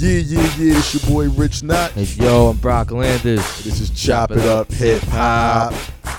Yeah, it's your boy Rich Knott. Hey, yo, I'm Brock Landis. This is Chop It Up Hip Hop.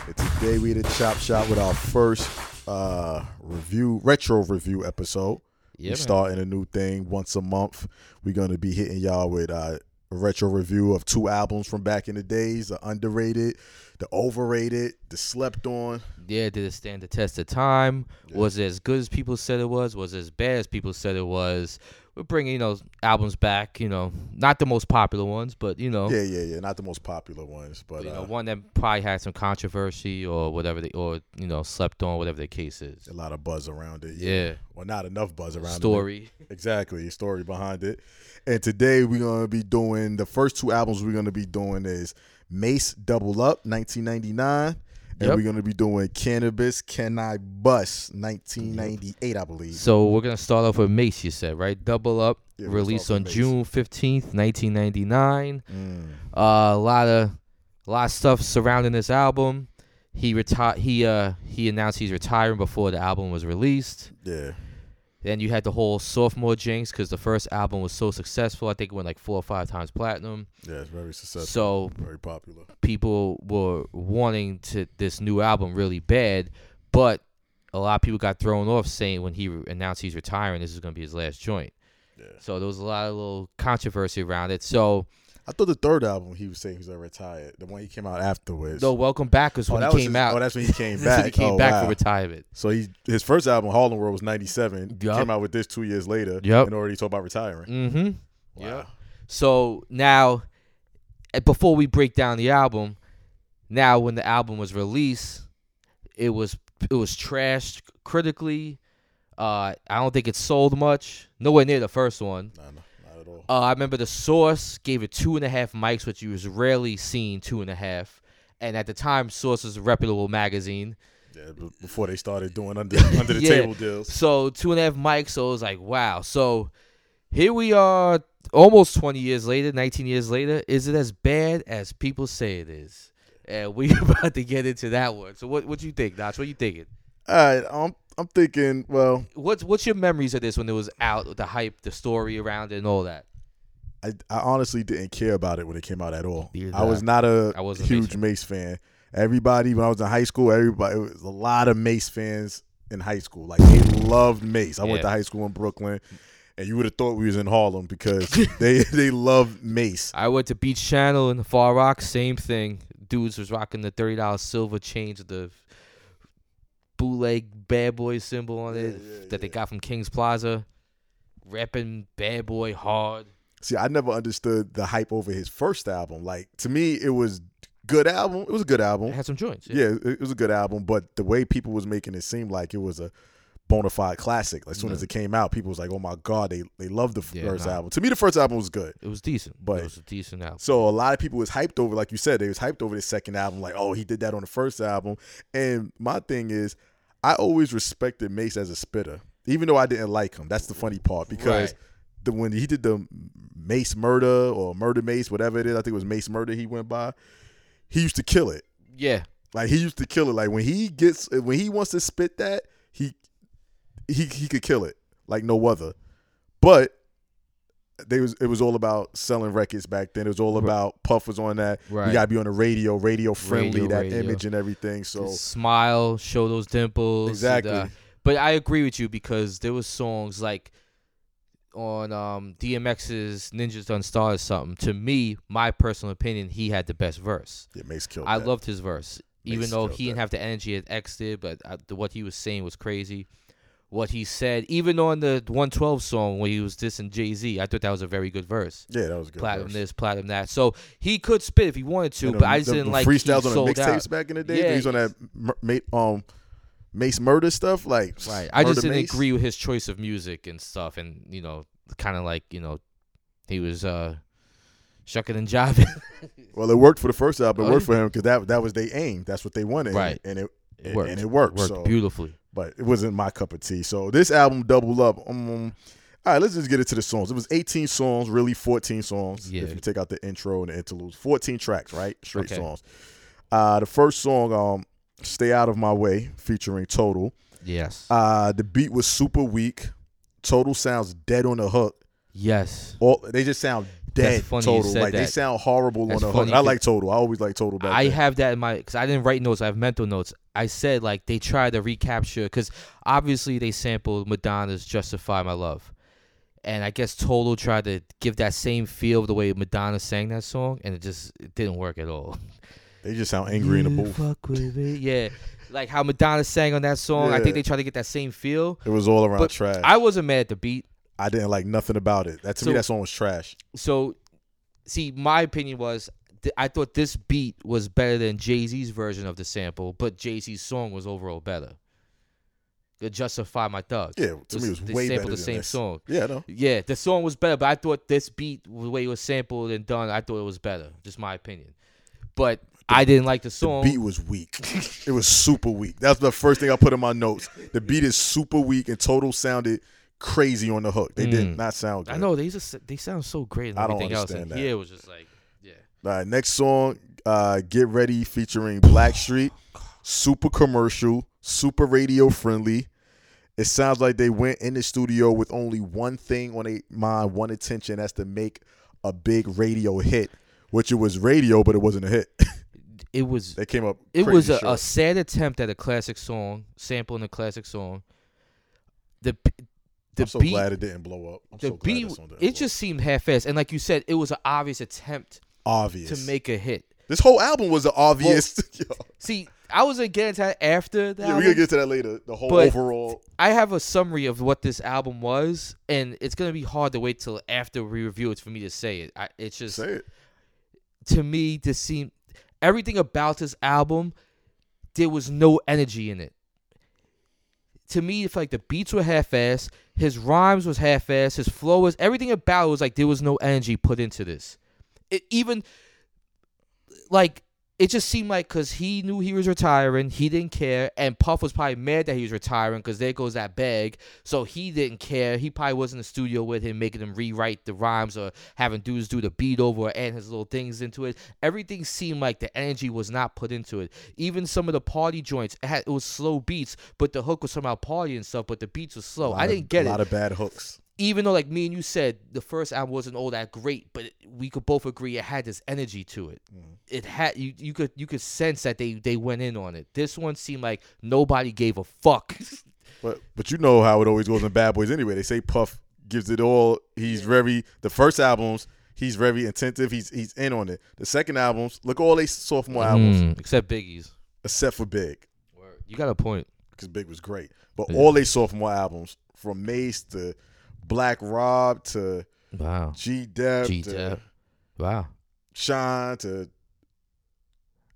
And today we did Chop Shop with our first uh, review, retro review episode. Yeah, we man. starting a new thing once a month. We're gonna be hitting y'all with uh, a retro review of two albums from back in the days: the underrated, the overrated, the slept on. Yeah, did it stand the test of time? Yeah. Was it as good as people said it was? Was it as bad as people said it was? We're bringing, you know, albums back, you know, not the most popular ones, but, you know, Yeah, yeah, yeah. Not the most popular ones, but Oh. you know uh, one that probably had some controversy or whatever, they, or, you know, slept on, whatever the case is. a lot of buzz around it. Yeah. Well, not enough buzz around it. Story. Exactly, a story behind it. And today we're gonna be doing the first two albums we're gonna be doing is Mace Double Up, 1999, and Yep. we're gonna be doing Cannabis Can I Bust, 1998, I believe. So we're going to start off with Mace, you said, right? Double Up, Yeah, we'll released start with on Mace. June 15th, 1999. Mm. Uh, a lot of a lot of stuff surrounding this album. He retired. He uh he announced he's retiring before the album was released. Yeah, Then you had the whole sophomore jinx because the first album was so successful. I think it went like four or five times platinum. yeah, it's very successful, so very popular. people were wanting to this new album really bad, but a lot of people got thrown off saying when he re- announced he's retiring, this is gonna be his last joint. Yeah, So there was a lot of little controversy around it. So I thought the third album he was saying he was gonna retire, the one he came out afterwards. no, Welcome Back was Oh, when that he was came his- out. Oh, that's when he came That's back. when he came Oh, back wow. for retirement. so he his first album, Harlem World, was '97. Yup. Came out with this two years later, Yup. and already talked about retiring. Mm-hmm. Wow. Yep. So now, eh, before we break down the album, now when the album was released, it was it was trashed critically. Uh, I don't think it sold much. Nowhere near the first one. Nah, nah, not at all. Uh, I remember the Source gave it two and a half mics, which you was rarely seen two and a half. And at the time, Source was a reputable magazine. Yeah, b- before they started doing under under the Yeah. table deals. So two and a half mics. So it was like, wow. So here we are, almost 20 years later, 19 years later. Is it as bad as people say it is? And we about to get into that one. So what what you think, Notch? What you thinking? All right, I'm I'm thinking. Well, What's what's your memories of this when it was out? The hype, the story around it, and all that. I I honestly didn't care about it when it came out at all. Neither I was did not a I wasn't a Mace huge Mace fan. Everybody when I was in high school, everybody it was a lot of Mace fans in high school. Like they loved Mace. I went Yeah. to high school in Brooklyn, and you would have thought we was in Harlem because they they loved Mace. I went to Beach Channel in the Far Rock. Same thing. Dudes was rocking the thirty dollars silver chains with the bootleg Bad Boy symbol on Yeah, it yeah, that they yeah. got from Kings Plaza. Rapping Bad Boy hard. See, I never understood the hype over his first album. Like to me, it was good album. It was a good album. It had some joints. Yeah. yeah, it- it was a good album, but the way people was making it seem like it was a bona fide classic. As soon as No. it came out, people was like, "Oh my god, they they love the Yeah, first nah. album." To me, the first album was good. It was decent. But- it was a decent album. So a lot of people was hyped over, like you said, they was hyped over the second album. Like, oh, he did that on the first album. And my thing is, I always respected Mace as a spitter, even though I didn't like him. That's the funny part because. Right. The, when he did the Mace Murder or Murder Mace, whatever it is, I think it was Mace Murder he went by. He used to kill it. Yeah. Like he used to kill it. Like when he gets when he wants to spit that, he he he could kill it like no other. But they was it was all about selling records back then. It was all Right. about Puff was on that. You Right. gotta be on the radio, radio friendly, Radio, that radio. image and everything. So Smile, show those dimples. and, exactly. uh, but I agree with you because there was songs like on um, DMX's Ninjas Done Star or something. To me, my personal opinion, he had the best verse. yeah, Mace killed. I that. loved his verse, even Mace though killed he didn't that. have the energy that X did. But uh the, what he was saying was crazy. What he said, even on the 112 song where he was dissing Jay Z, I thought that was a very good verse. Yeah, that was a good. platinum verse. this, platinum that. So he could spit if he wanted to, And but the- I just the- didn't the like freestyles he on sold the out. mixtapes back in the day. Yeah, He's on that Mur- Ma- um Mace Murder stuff. Like Right. I just Murder didn't Mace. agree with his choice of music and stuff, and you know, kind of like you know, he was uh shucking and jiving. Well, it worked for the first album. It Oh, worked for him because that that was their aim. That's what they wanted. Right. And it It worked. and it worked. Worked so, beautifully. but it wasn't my cup of tea. So this album, Double Up. Um, all right, let's just get into the songs. It was 18 songs, really 14 songs. Yeah. If you take out the intro and the interludes, 14 tracks, right? Straight Okay. songs. Uh, the first song, um, "Stay Out of My Way," featuring Total. Yes. Uh, the beat was super weak. Total sounds dead on the hook. yes. All they just sound dead funny you total. said Like they that. sound horrible That's on a funny hundred. I 'cause like total. I always like total better. I have that in my because I didn't write notes. I have mental notes. I said like they tried to recapture because obviously they sampled Madonna's "Justify My Love," and I guess Toto tried to give that same feel of the way Madonna sang that song, and it just it didn't work at all. they just sound angry in the You booth. fuck with me. yeah. Like how Madonna sang on that song, I Yeah. think they tried to get that same feel. It was all around But trash. I wasn't mad at the beat, I didn't like nothing about it. That to So- me, that song was trash. so see my opinion was th- i thought this beat was better than jay-z's version of the sample but jay-z's song was overall better to justify my thug Yeah, to me, it was they way sampled better the than same this. song Yeah, no. yeah the song was better but i thought this beat the way it was sampled and done i thought it was better just my opinion but i didn't like the song Beat was weak. it was super weak. That's the first thing I put in my notes. The beat is super weak, and total sounded crazy on the hook. They Mm. did not sound good. i know they just they sound so great and I don't everything else and understand that. here it was just like yeah All right, next song, uh, Get Ready featuring Blackstreet. Super commercial, super radio friendly. It sounds like they went in the studio with only one thing on their mind, one attention, that's to make a big radio hit, which it was radio, but it wasn't a hit. it was they came up. It crazy was a, a short. sad attempt at a classic song, sampling a classic song. The p- the I'm so beat, glad it didn't blow up. I'm the so glad beat, this one didn't blow it up. just seemed half-assed, and like you said, it was an obvious attempt obvious. to make a hit. this whole album was an obvious. See, I was against that after that. yeah, we're gonna get to that later. The whole But- overall. I have a summary of what this album was, and it's gonna be hard to wait till after we review it for me to say it. I, it's just Say it. to me to seem everything about this album there was no energy in it to me if like the beats were half-assed his rhymes was half-assed his flow was everything about it was like there was no energy put into this it even like it just seemed like because he knew he was retiring he didn't care and puff was probably mad that he was retiring because there goes that bag so he didn't care he probably was in the studio with him making him rewrite the rhymes or having dudes do the beat over or add his little things into it everything seemed like the energy was not put into it even some of the party joints it, had, it was slow beats but the hook was somehow party and stuff but the beats were slow Oh, i didn't get a it lot of bad hooks. even though like me and you said the first album wasn't all that great but it- we could both agree it had this energy to it Mm-hmm. it had you, you could you could sense that they they went in on it this one seemed like nobody gave a fuck But but you know how it always goes in Bad Boys anyway. They say Puff gives it all. He's very the first albums. He's very attentive. He's he's in on it. The second albums, look all they sophomore albums Mm, except biggie's except for Big you got a point because Big was great. But Yeah. all they sophomore albums from Mace to Black Rob to wow G Dep G-Dep. to wow Sean to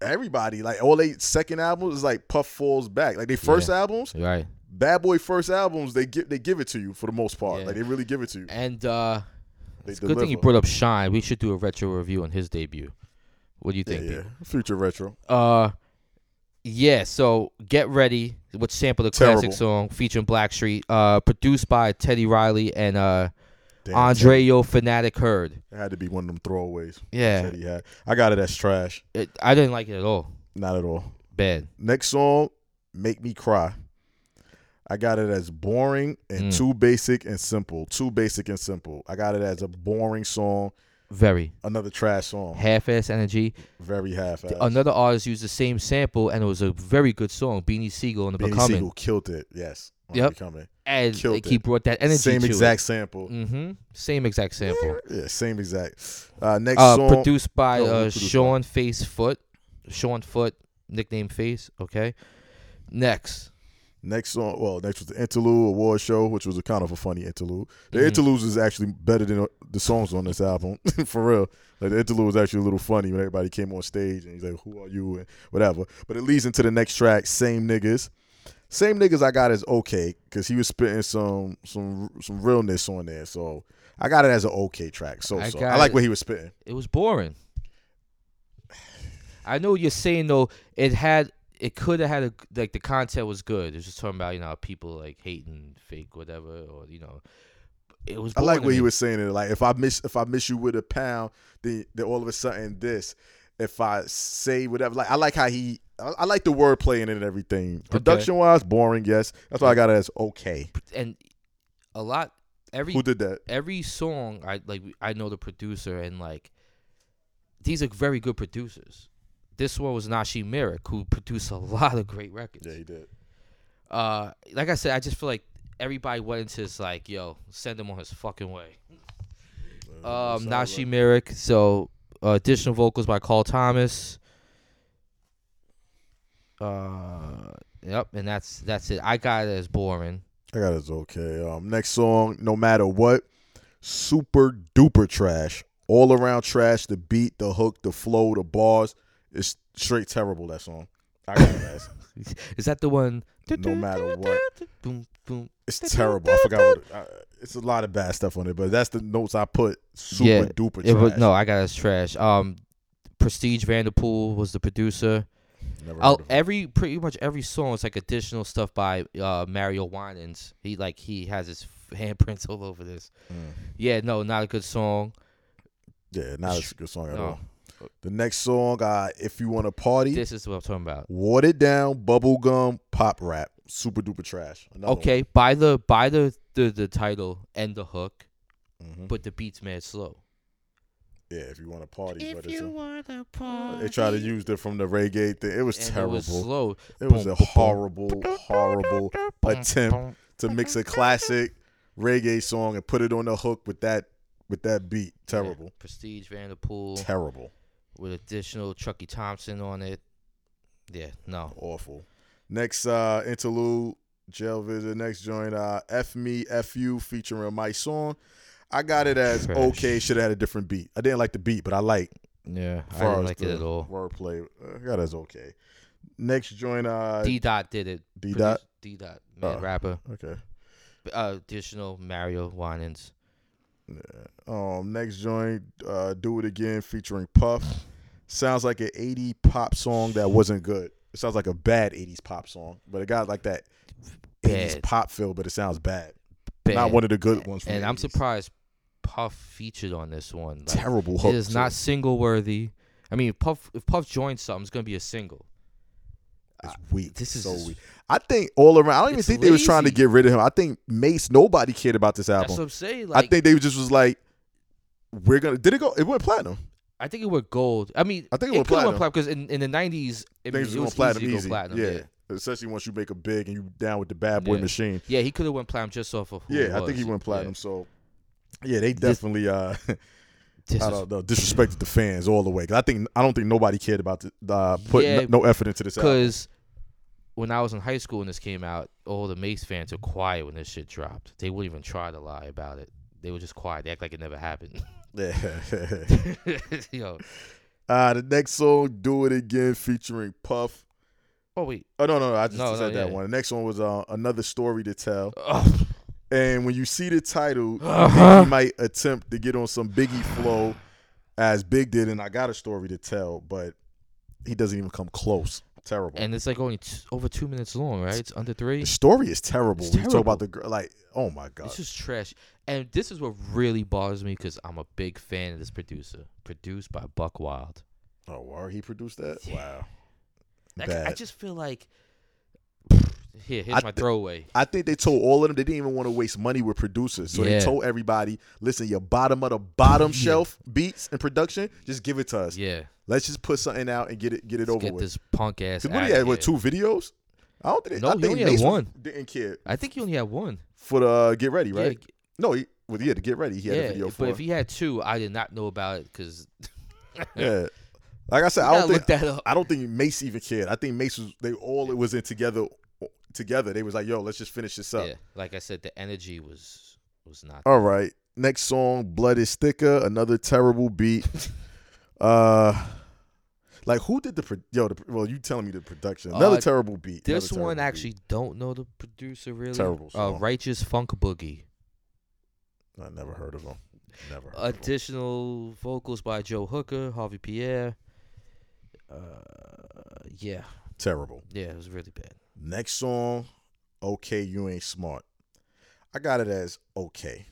everybody. Like all they second albums is like Puff falls back. Like they first albums, You're right Bad Boy first albums, they give they give it to you for the most part. Yeah. Like they really give it to you. and uh They it's a good thing you deliver. brought up shine we should do a retro review on his debut what do you Yeah, think yeah. people? Future retro. Uh, yeah. So get ready, which sample the classic Terrible. song featuring Blackstreet, uh, produced by Teddy Riley and uh, Damn, Andreo Fanatic Herd. Teddy. It had to be one of them throwaways. Yeah, Teddy had. I got it as trash. it, I didn't like it at all. Not at all. Bad. Next song, Make Me Cry. I got it as boring and Mm. too basic and simple. Too basic and simple. I got it as a boring song, Very another trash song, half-ass energy. very half. Another artist used the same sample, and it was a very good song. Beanie Siegel and the Benny Becoming, Siegel killed it. Yes. on Yep. Becoming. and killed like, he it. brought that energy. Same to exact sample. Mm-hmm. Same exact sample. Yeah, same exact. Uh, next Uh, song. produced by No, who uh, produced that? Sean Face Foot. Sean Foot, nickname Face. Okay. Next. Next song, well, next was the interlude award show, which was a kind of a funny interlude. The Mhm. interludes is actually better than uh, the songs on this album, for real. Like the interlude was actually a little funny when everybody came on stage and he's like, "Who are you?" and whatever. But it leads into the next track, same niggas, same niggas. I got is okay because he was spitting some some some realness on there, so I got it as an okay track. So I so got I like it. what he was spitting. It was boring. I know what you're saying though. It had, it could have had a like the content was good. It's just talking about you know people like hating fake whatever or you know. It was. I Boring like to what he me. was saying. It like if I miss if I miss you with a pound, then, then all of a sudden this. If I say whatever, like I like how he, I, I like the word playing and everything. Production wise, boring. Yes, that's why I got it as okay. and a lot every Who did that? every song I like I know the producer and like these are very good producers. This one was Nashi Merrick who produced a lot of great records. Yeah, he did. Uh like I said, I just feel like everybody went into this like, yo, send him on his fucking way. Um Nashi Merrick, so uh, additional vocals by Carl Thomas. Uh yep, and that's that's it. I got it as boring. I got it's okay. Um, next song, no matter what, super duper trash, all around trash. The beat, the hook, the flow, the bars, it's straight terrible. That song. I got it as Is that the one no matter what. boom boom It's terrible. I forgot what. It, I, it's a lot of bad stuff on it, but that's the notes I put. Super Yeah, duper trash. It was, no, I got it as trash. Um, Prestige Vanderpool was the producer. Never Oh, heard of it. every pretty much every song is like additional stuff by uh, Mario Winans. He like he has his f- handprints all over this. Mm. Yeah, no, not a good song. Yeah, not a good song at No. all. The next song, uh, if you want to party, This is what I'm talking about. watered down bubblegum pop rap, super duper trash. Another Okay, by the by the, the the title and the hook, one. Mhm. but the beat's mad slow. yeah, if you want to party, but If it's you a, want to party, they tried to use it from the reggae thing. It was and terrible. It was slow. it was a Boom, boom, boom. horrible, horrible attempt to mix a classic reggae song and put it on the hook with that with that beat. Terrible, Prestige Vanderpool. terrible, with additional Chucky Thompson on it. Yeah, no. awful. Next uh interlude, jail visit. Next joint, uh, F me, F you, featuring my song. I got it as Trash. okay. Should have had a different beat. I didn't like the beat, but I like Yeah, I far didn't as like it the at all. Wordplay, uh, that is okay. Next joint, uh, D, D Dot did it. dot. D Dot, man, Oh. rapper. Okay. Uh, additional Mario Winans. Um, next joint, uh, do it again featuring Puff. Sounds like an '80 pop song that wasn't good. It sounds like a bad '80s pop song, but it got like that '80s Bad. pop feel, but it sounds bad. Bad. Not one of the good ones. From and the I'm 80s. surprised Puff featured on this one. Like, Terrible hook. it is too. not single worthy. I mean, Puff if Puff joins something, it's gonna be a single. It's weak. This is so weak. I think all around. I don't even It's think they was trying to lazy. get rid of him. I think Mace. Nobody cared about this That's album. what I'm saying. Like, I think they just was like, we're gonna. Did it go? It went platinum. I think it went gold. I mean, I think it went could've platinum. because in, in the '90s, Things it, it was was going platinum easy to go easy. platinum. yeah. yeah, especially once you make a big and you down with the bad boy Yeah. machine. Yeah, he could have went platinum just off of. Who Yeah, I think he was. went Yeah. platinum. So. Yeah, they This- definitely uh, This I is don't know disrespected the fans all the way. 'Cause I think I don't think nobody cared about the, uh, putting Yeah, no effort into this. album. Because when I was in high school and this came out, all the Mace fans were quiet when this shit dropped. They wouldn't even try to lie about it. They were just quiet. They act like it never happened. Yeah. Yo. uh, the next song, "Do It Again," featuring Puff. Oh wait. Oh no, no, no I just No, no, said that yeah. one. The next one was uh, another story to tell. Ugh. And when you see the title, Uh-huh. he might attempt to get on some Biggie flow as Big did, and I got a story to tell, but he doesn't even come close. Terrible. and it's like only t- over two minutes long, right? It's under three. the story is terrible. It's When you talk about terrible. the girl, like, oh my god, This is trash. And this is what really bothers me because I'm a big fan of this producer, produced by Buck Wild. oh, wow, he produced that. Yeah. Wow, Like, bad. I I, just feel like here, here's I my th- throwaway. think they told all of them they didn't even want to waste money with producers, so Yeah. they told everybody, listen, your bottom of the bottom Yeah. shelf beats and production, just give it to us. Yeah, Let's just put something out and get it get it let's over get with. this punk ass. Cause what do you outta had? What here. two videos? I don't think. No, I he think only had Mace was- one. Didn't care I think you only had one. for the uh, get ready, right? Yeah, No, he, well, yeah, to get ready, he had yeah, a video if- for. But if he had two, I did not know about it because yeah, like I said, I I don't think looked that up. I don't think Mace even cared. I think Mace was they all it was in together. Together, they was like, "Yo, let's just finish this up." yeah, like I said, the energy was was not. All right, next song, "Blood Is Thicker," another terrible beat. uh, like who did the pro- yo? The, well, you telling me the production? Another Uh, terrible beat. another this one terrible beat. actually don't know the producer really. Terrible Uh, song. Righteous Funk Boogie. I never heard of him. Never. Heard of him. Additional vocals by Joe Hooker, Harvey Pierre. Uh, yeah, Terrible. yeah, it was really bad. Next song, Okay, You Ain't Smart. I got it as okay.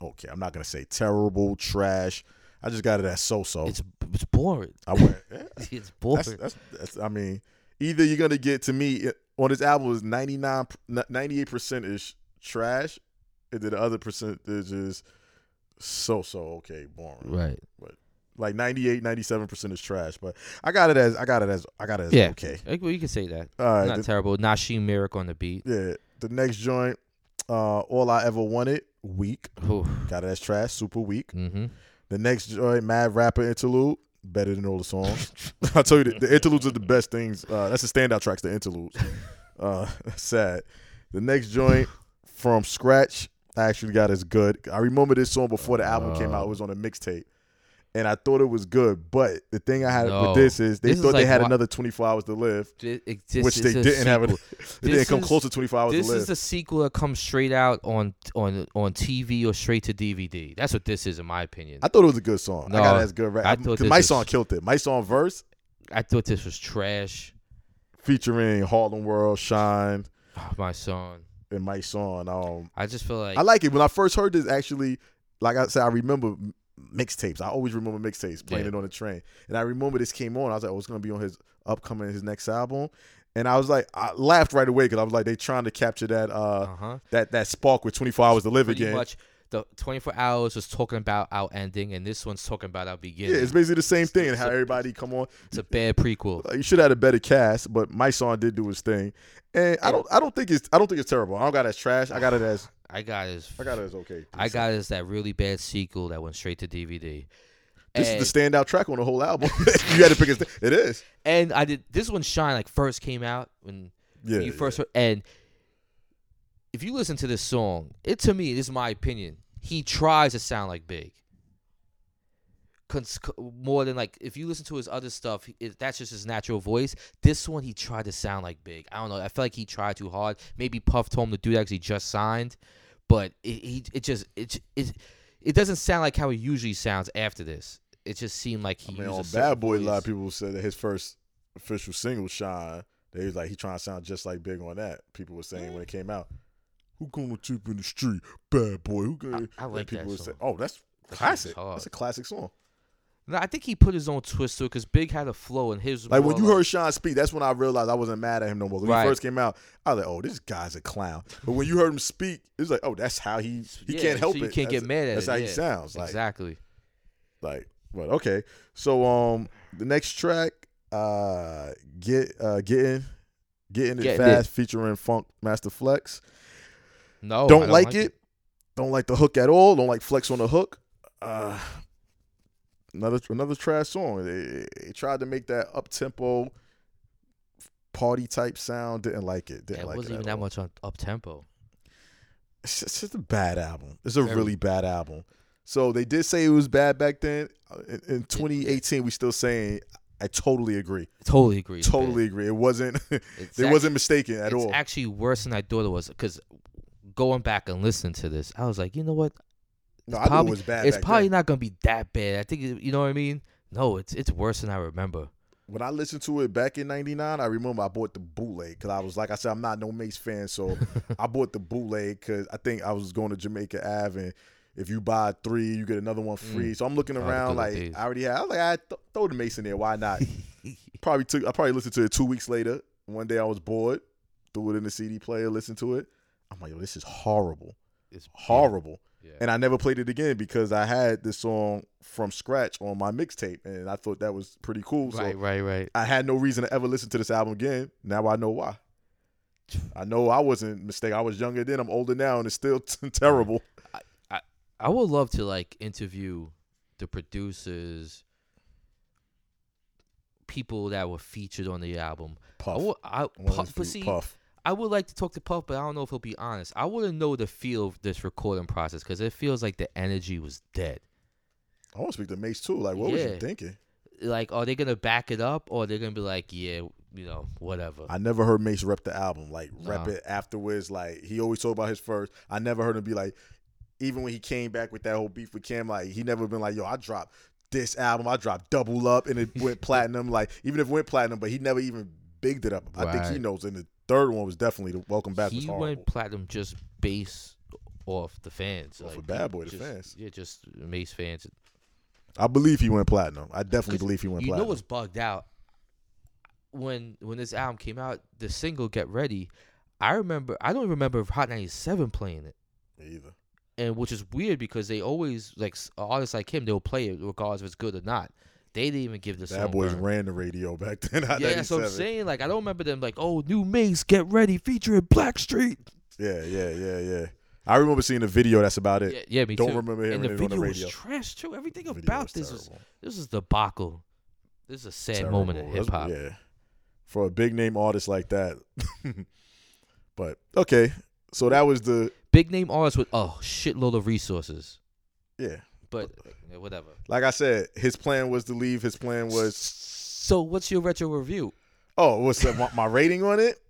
Okay, I'm not gonna say terrible, trash. I just got it as so so. It's it's boring. Oh. I went. yeah, it's boring. that's, that's, that's, I mean, either you're eh, gonna get to me it- on this album is 99, 98 percent is trash, and then the other percentage is so so okay, boring. Right. Like 98, 97 percent is trash. But I got it as I got it as I got it as Yeah. okay. Like, well, you can say that. All right. Not the- terrible. Nashim Merrick on the beat. yeah. The next joint, uh, all I ever wanted, weak. Got it as trash, super weak. Mm-hmm. The next joint, Mad Rapper interlude, better than all the songs. I tell you, the, the interludes are the best things. Uh, that's the standout tracks, the interludes. Uh, sad. The next joint from scratch, I actually got as good. I remember this song before the album came Oh. out. It was on a mixtape, and I thought it was good. But the thing I had No. with this is they This is thought they like had why- another 24 hours to live, It, it- this which they is a didn't have. It, sequel. they didn't This come is- close to 24 hours This to live. is the sequel that comes straight out on on on TV or straight to DVD. That's what this is, in my opinion. I thought it was a good song. I No, got it as good. Rap. I thought 'Cause this my was- song killed it. My song verse I thought this was trash. featuring Harlem World, Shine, Oh, my son. and my song. Um, I just feel like I like it. When I first heard this, actually, like I said, I remember m- mixtapes. I always remember mixtapes playing Yeah. it on the train, and I remember this came on. I was like, oh, it's gonna be on his upcoming his next album, and I was like, I laughed right away because I was like, they trying to capture that uh uh-huh. that that spark with 24 hours to live Pretty again. much the 24 hours was talking about our ending, and this one's talking about our beginning. Yeah, it's basically the same thing. And how it's- everybody come on, it's a bad prequel. Like, Uh, you should have had a better cast, but my song did do his thing, and I don't, I don't think it's, I don't think it's terrible. I don't got it as trash. I got it as, I got is I got it as okay. I got is that really bad sequel that went straight to DVD. this and, is the standout track on the whole album. you had to pick a, st- it is, and I did this one. Shine like first came out when yeah. you first heard, and if you listen to this song, it to me this is my opinion. He tries to sound like Big. Cons- c- more than like if you listen to his other stuff, he- it, that's just his natural voice. This one he tried to sound like Big. I don't know. I feel like he tried too hard. Maybe Puff told him to do that because he just signed, but it he, it just it j- it it doesn't sound like how he usually sounds after this. It just seemed like he. I mean, used a on certain Bad Boy, a lot voice. of people said that his first official single, Shine, they was like he trying to sound just like Big on that. People were saying when it came out, "Who gonna tip in the street, Bad Boy?" Who gonna? I And like people that would song. say, "Oh, that's That shit classic. was hard. That's a classic song." No, I think he put his own twist to it because Big had a flow and his. Like more when you heard Sean speak, that's when I realized I wasn't mad at him no more. When Right. he first came out, I was like, "Oh, this guy's a clown." But when you heard him speak, it's like, "Oh, that's how he he Yeah, can't help so it. You can't that's, get mad at That's it. how yeah. he sounds. Like exactly. like but okay. So um, the next track, uh, get uh, getting getting it Get It. fast, featuring Funk Master Flex. No, I Oh, don't, like, it. Don't like the hook at all. Don't like Flex on the hook. Uh, another another trash song. They, they tried to make that up tempo party type sound. Didn't like it. Didn't Yeah, it like wasn't it at even that all. much on up tempo. It's just, it's just a bad album. It's a Very. really bad album. So they did say it was bad back then. Uh, In, in 2018, we still saying. I totally agree. Totally agree. with that. Totally agree. It wasn't. It's it act- wasn't mistaken at it's all. actually worse than I thought it was because going back and listening to this, I was like, you know what? no, I knew probably- it was bad. it's back probably then. not gonna be that bad. I think it- you know what I mean. No, it's it's worse than I remember. when I listened to it back in '99, I remember I bought the bootleg because I was like I said, I'm not no Mace fan, so I bought the bootleg because I think I was going to Jamaica Ave, and if you buy three, you get another one free. So I'm looking Oh, the around good like old days. I already had. I was like, I th- throw the Mace in there, why not? probably took. I probably listened to it two weeks later. One day I was bored, threw it in the CD player, listened to it. I'm like, yo, this is horrible, It's yeah, horrible. yeah. And I never played it again because I had this song from scratch on my mixtape, and I thought that was pretty cool. So right, right, right. I had no reason to ever listen to this album again. Now I know why. I know I wasn't mistaken. I was younger then. I'm older now, and it's still terrible. I would love to like interview the producers, people that were featured on the album. I Puff. would, I, One of Puff, the but few- see, Puff. I would like to talk to Puff, but I don't know if he'll be honest. I want to know the feel of this recording process because it feels like the energy was dead. I want to speak to Mace too. Like, what was Yeah. you thinking? Like, are they gonna back it up or they're gonna be like, yeah, you know, whatever? I never heard Mace rep the album. Like, rep Nah. it afterwards. Like, he always talked about his first. I never heard him be like, even when he came back with that whole beef with Cam, like, he never been like, yo, I dropped this album. I dropped Double Up, and it went platinum. Like, even if it went platinum, but he never even bigged it up. I think he Right. knows. And the third one was definitely the Welcome Back was he horrible. went platinum just based off the fans, Off like, of Bad Boy, the just- fans. yeah, just Mace fans. I believe he went platinum. I definitely 'Cause believe he went you know platinum. what's bugged out when when this album came out the single get ready i remember i don't remember hot 97 playing it Me either. and which is weird because they always like s- artists like him they'll play it regardless if it's good or not. They didn't even give the song. Bad boys burn. ran the radio back then. Yeah, that's what I'm 97. saying. Like I don't remember them like, oh, new Mace, get ready, featuring Blackstreet. Yeah, yeah, yeah, yeah. I remember seeing a video. That's about it. Yeah, yeah, me Don't too. remember hearing and the it on the video radio. was trash too. Everything The video about was this was terrible. this is debacle. This is a sad Terrible. moment in That's- hip hop. Yeah, for a big name artist like that. but okay, so that was the Big name artists with oh shitload of resources, yeah. but uh, yeah, whatever. Like I said, his plan was to leave. His plan was So what's your retro review? oh, what's that, my, my rating on it?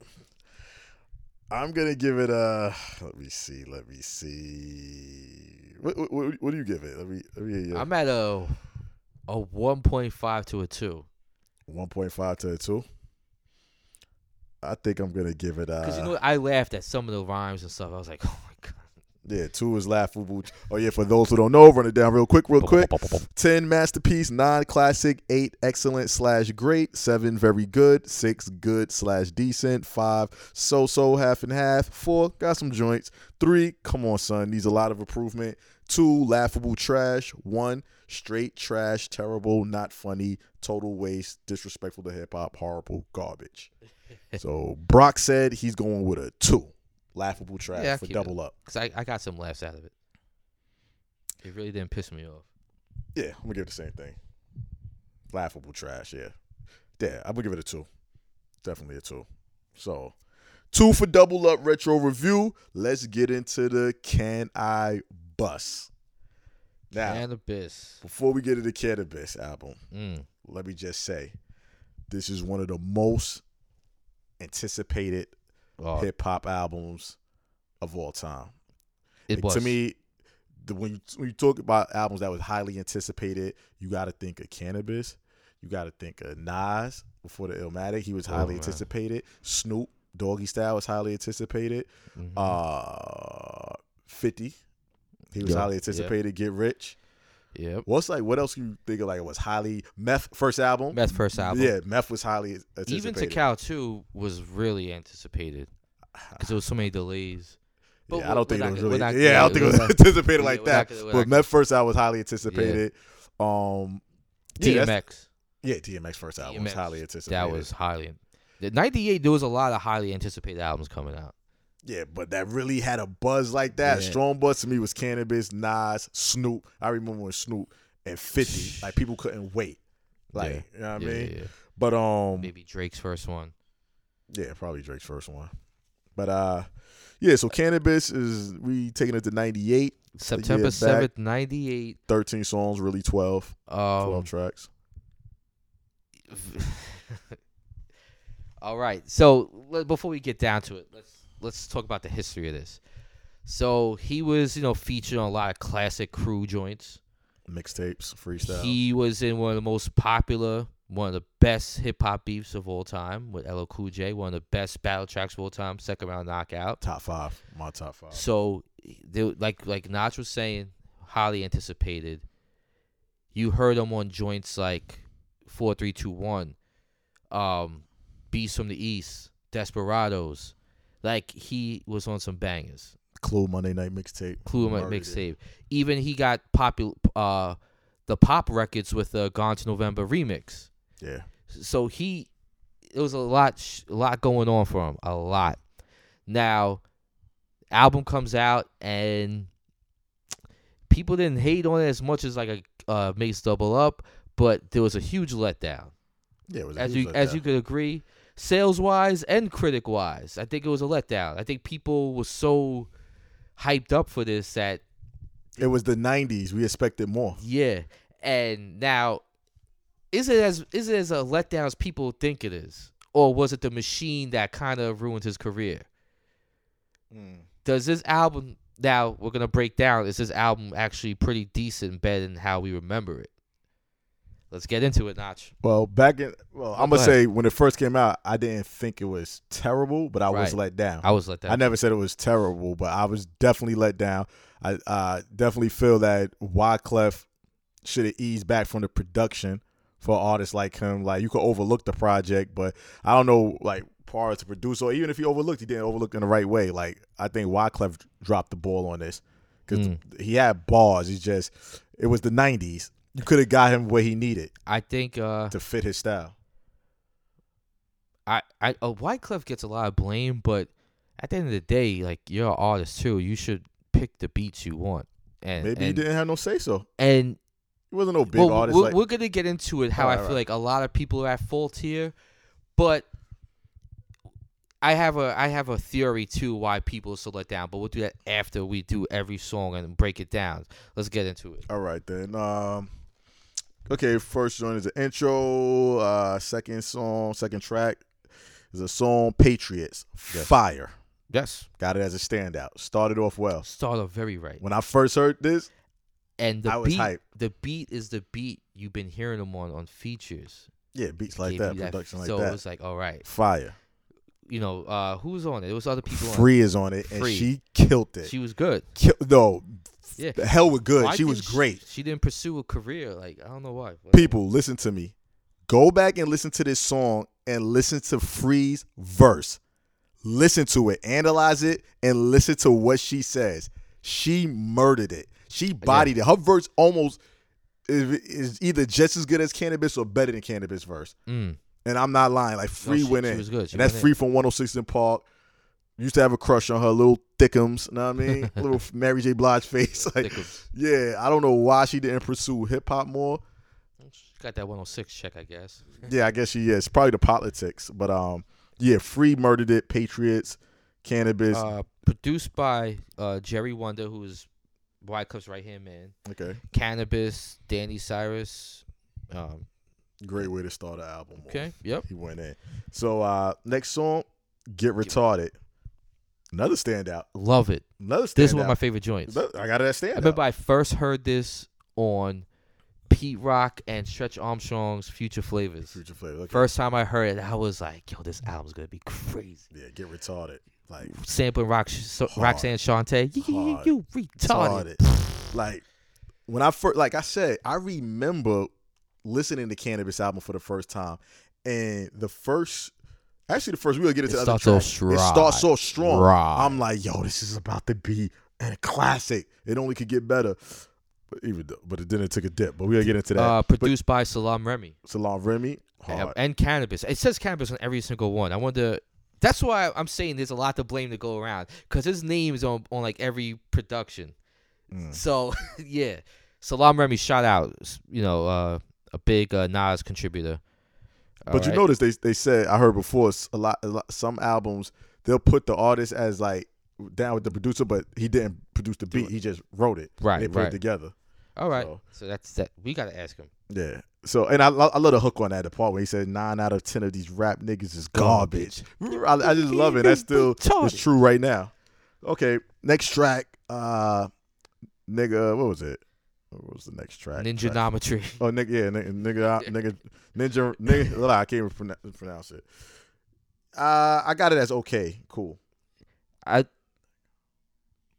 I'm gonna give it a. Let me see. Let me see. What, what, what, what do you give it? Let me. Let me hear your- I'm at a a 1.5 to a two 1.5 to a 2. I think I'm going to give it uh because you know what? I laughed at some of the rhymes and stuff. I was like, oh my god. yeah, 2 is laughable. Oh yeah, for those who don't know, run it down real quick, real quick. 10 masterpiece, 9 classic, 8 excellent slash great, 7 very good, 6 good slash decent, 5 so so half and half, 4 got some joints, 3 come on son, needs a lot of improvement, 2 laughable trash, 1 straight trash, terrible, not funny, total waste, disrespectful to hip hop, horrible garbage. so Brock said he's going with a 2. Laughable trash Yeah, I for keep it. double up. Cause I, I got some laughs out of it. It really didn't piss me off. Yeah, I'm gonna give it the same thing. Laughable trash. Yeah, yeah. I'm gonna give it a two. Definitely a two. So, two for double up retro review. Let's get into the can I bus now. Cannabis. Before we get into cannabis album, Mm. let me just say, this is one of the most anticipated Oh, hip hop albums of all time. it was To me, the, when you when you talk about albums that was highly anticipated, you got to think of Cannabis. You got to think of Nas before the Illmatic. He was highly Oh, man. anticipated. Snoop Doggy Style was highly anticipated. Mhm. Uh, Fifty, he was Mm-hmm. Yeah, highly yeah. anticipated. Get Rich. Yep. What's like? What else you think of? Like was highly Meth first album. Meth's first album. Yeah, Meth was highly anticipated. Even to Cal too was really anticipated because there was so many delays. But yeah, I don't we're- think we're it not was gonna- really. we're not yeah, I don't think gonna- it was we're not- anticipated yeah, like we're that. not gonna- we're but not Met first album was highly anticipated. Um, yeah, that's- DMX. yeah, DMX first album was DMX, highly anticipated. That was highly. The '98 there was a lot of highly anticipated albums coming out. yeah, but that really had a buzz like that. Yeah. Strong buzz to me was Cannabis, Nas, Snoop. I remember when Snoop and Fifty, like people couldn't wait. Like you know what yeah, I mean? yeah, yeah. But um, maybe Drake's first one. yeah, probably Drake's first one. But uh, yeah. So Cannabis is we taking it to 98, September back. seventh, '98. 13 songs, really 12, 12 Um, tracks. All right. So let, before we get down to it, let's let's talk about the history of this. So he was, you know, featured on a lot of classic crew joints. Mixtapes, freestyle. He was in one of the most popular, one of the best hip hop beefs of all time with LL Cool J, one of the best battle tracks of all time, second round knockout. top five, my top five. So, they, like like Notch was saying, highly anticipated. You heard him on joints like four, three, two, one, um, Beast from the East, Desperados. Like he was on some bangers. Clue Monday Night Mixtape. Clue my Murdered it. mixtape. Even he got popular uh, the pop records with the Gone to November remix. Yeah. So he, it was a lot, sh- a lot going on for him, a lot. Now, album comes out and people didn't hate on it as much as like a uh, Mace Double Up, but there was a huge letdown, Yeah, it was as you as you could agree, sales wise and critic wise. I think it was a letdown. I think people were so hyped up for this that It was the '90s. We expected more. Yeah, and now, is it as is it as a letdown as people think it is, or was it the machine that kind of ruined his career? Mm. Does this album now we're gonna break down? Is this album actually pretty decent, better than how we remember it? Let's get into it, Notch. Well, back in well, I'm go gonna ahead. say when it first came out, I didn't think it was terrible, but I was Right. let down. I was let down. Uh-huh. I never said it was terrible, but I was definitely let down. I uh, definitely feel that Wyclef should have eased back from the production for artists like him. Like you could overlook the project, but I don't know like Par to produce or even if he overlooked, he didn't overlook in the right way. Like I think Wyclef dropped the ball on this. because Mm. he had bars. He just it was the '90s. You could have got him where he needed I think uh, to fit his style. I I uh, Wyclef gets a lot of blame, but at the end of the day, like you're an artist too, you should pick the beats you want. And Maybe and, he didn't have no say so. And He wasn't no big well, artist. we're, like, we're gonna get into it how I Alright, feel alright. like a lot of people are at fault here, but I have a I have a theory too why people are so let down. But we'll do that after we do every song and break it down. Let's get into it. All right then. Um, okay, first joint is the intro. Uh, second song, second track is a song "Patriots." Yes. Fire. Yes, Got it as a standout. Started off well. start off very right. When I first heard this, And the I was beat, hype. the beat is the beat you've been hearing them on on features yeah, beats like Gave that, you production like so it that, was like all right, fire. you know uh, who was on it? It was other people. Free is on it, and Free. she killed on it. it. She was good. Kill, no, Yeah. the hell with good. Why she was didn't great. She didn't pursue a career. Like I don't know why. People, listen to me. Go back and listen to this song and listen to Free's verse. Listen to it, analyze it, and listen to what she says. She murdered it. She bodied it. Her verse almost is, is either just as good as Cannabis or better than Cannabis verse. Mm. And I'm not lying. Like Free she- went she in. was good. She and that's went in. Free from 106 in Park. Used to have a crush on her, little thickums. You know what I mean? little Mary J. Blige face. Like, Thickums. yeah, I don't know why she didn't pursue hip hop more. She got that 106 check, I guess. Yeah, I guess she is. Probably the politics, but um, yeah, Free murdered it. Patriots, cannabis. Uh, produced by uh, Jerry Wonder, who is Wyclef's right hand man. okay, Cannabis, Danny Cyrus. Um, great way to start an album. off. okay, yep. he went in. So uh, next song, get retarded. Another standout. Love it. Another standout. This is one of my favorite joints. Another- I got that I standout. remember I first heard this on Pete Rock and Stretch Armstrong's Future Flavors. Future flavor. Okay. First time I heard it, I was like, yo, this album's going to be crazy. Yeah, get retarded. Like Sampling Rox- so- Hard. Roxanne Shante. You, you, Hard. you retarded. retarded. like when I first, like I said, I remember listening to Cannabis album for the first time, and the first, actually the first, we'll get into It other starts off tracks. strong. It starts so strong. Right. I'm like, yo, this is about to be a classic. It only could get better. But even though, but it didn't it took a dip. But we'll get into that. Uh, produced by Salam Remy. Salon Remy, Yep, hard. and cannabis. It says cannabis on every single one. I wonder. That's why I'm saying there's a lot to blame to go around because his name is on, on like every production. Mm. So yeah, Salam Remy shout out. s- You know, uh, a big uh, Nas contributor. But you Alright. notice they they said I heard before s- a lot, a lot some albums they'll put the artist as like down with the producer, but he didn't produce the beat. He just wrote it. Right, And they put right. it together. all right. so- So. that's that. We gotta ask him. Yeah. So and I lo- I love the hook on that the part where he said nine out of ten of these rap niggas is garbage. I, I just love it. That's still it's true right now. Okay, next track. Uh, nigga, what was it? What was the next track? Ninja Track- Nometry. Oh, nigga, yeah, nigga, nigga, nigga ninja, nigga. hold on, I can't even pronounce, pronounce it. Uh, I got it as okay, cool. I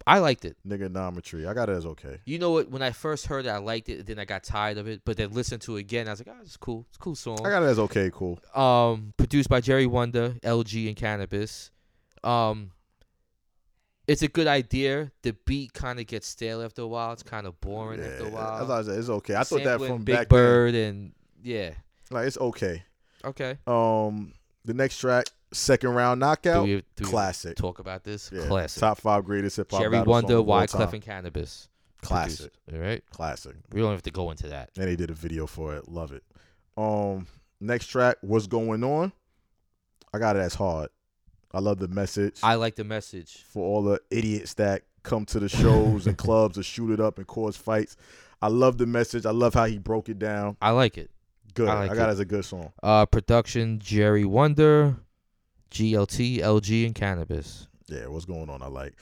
I liked it. Nigga, nometry. I got it as okay. You know what? When I first heard it, I liked it. Then I got tired of it. But then listened to it again. I was like, oh, it's cool. It's a cool song. I got it as okay, cool. um, produced by Jerry Wonder, LG, and Cannabis. Um, it's a good idea. The beat kind of gets stale after a while. It's kind of boring Yeah, after a that's while. what I said. It's okay. I thought that Sampling from Big back then. Bird and yeah, Like it's okay. okay. Um, the next track, second round knockout, we, do classic. talk about this? Yeah, Classic. Top five greatest hip hop. Jerry battle Wonder, songs of all Wyclef, time. and Cannabis. Classic. produced, All right, Classic. we don't have to go into that. And they did a video for it. Love it. Um, next track, what's going on? I got it as hard. I love the message. I like the message. for all the idiots that come to the shows and clubs and shoot it up and cause fights. I love the message. I love how he broke it down. I like it. Good. I I, like got it. it as a good song. Uh, production Jerry Wonder, GLT, LG, and Cannabis. Yeah, what's going on? I like.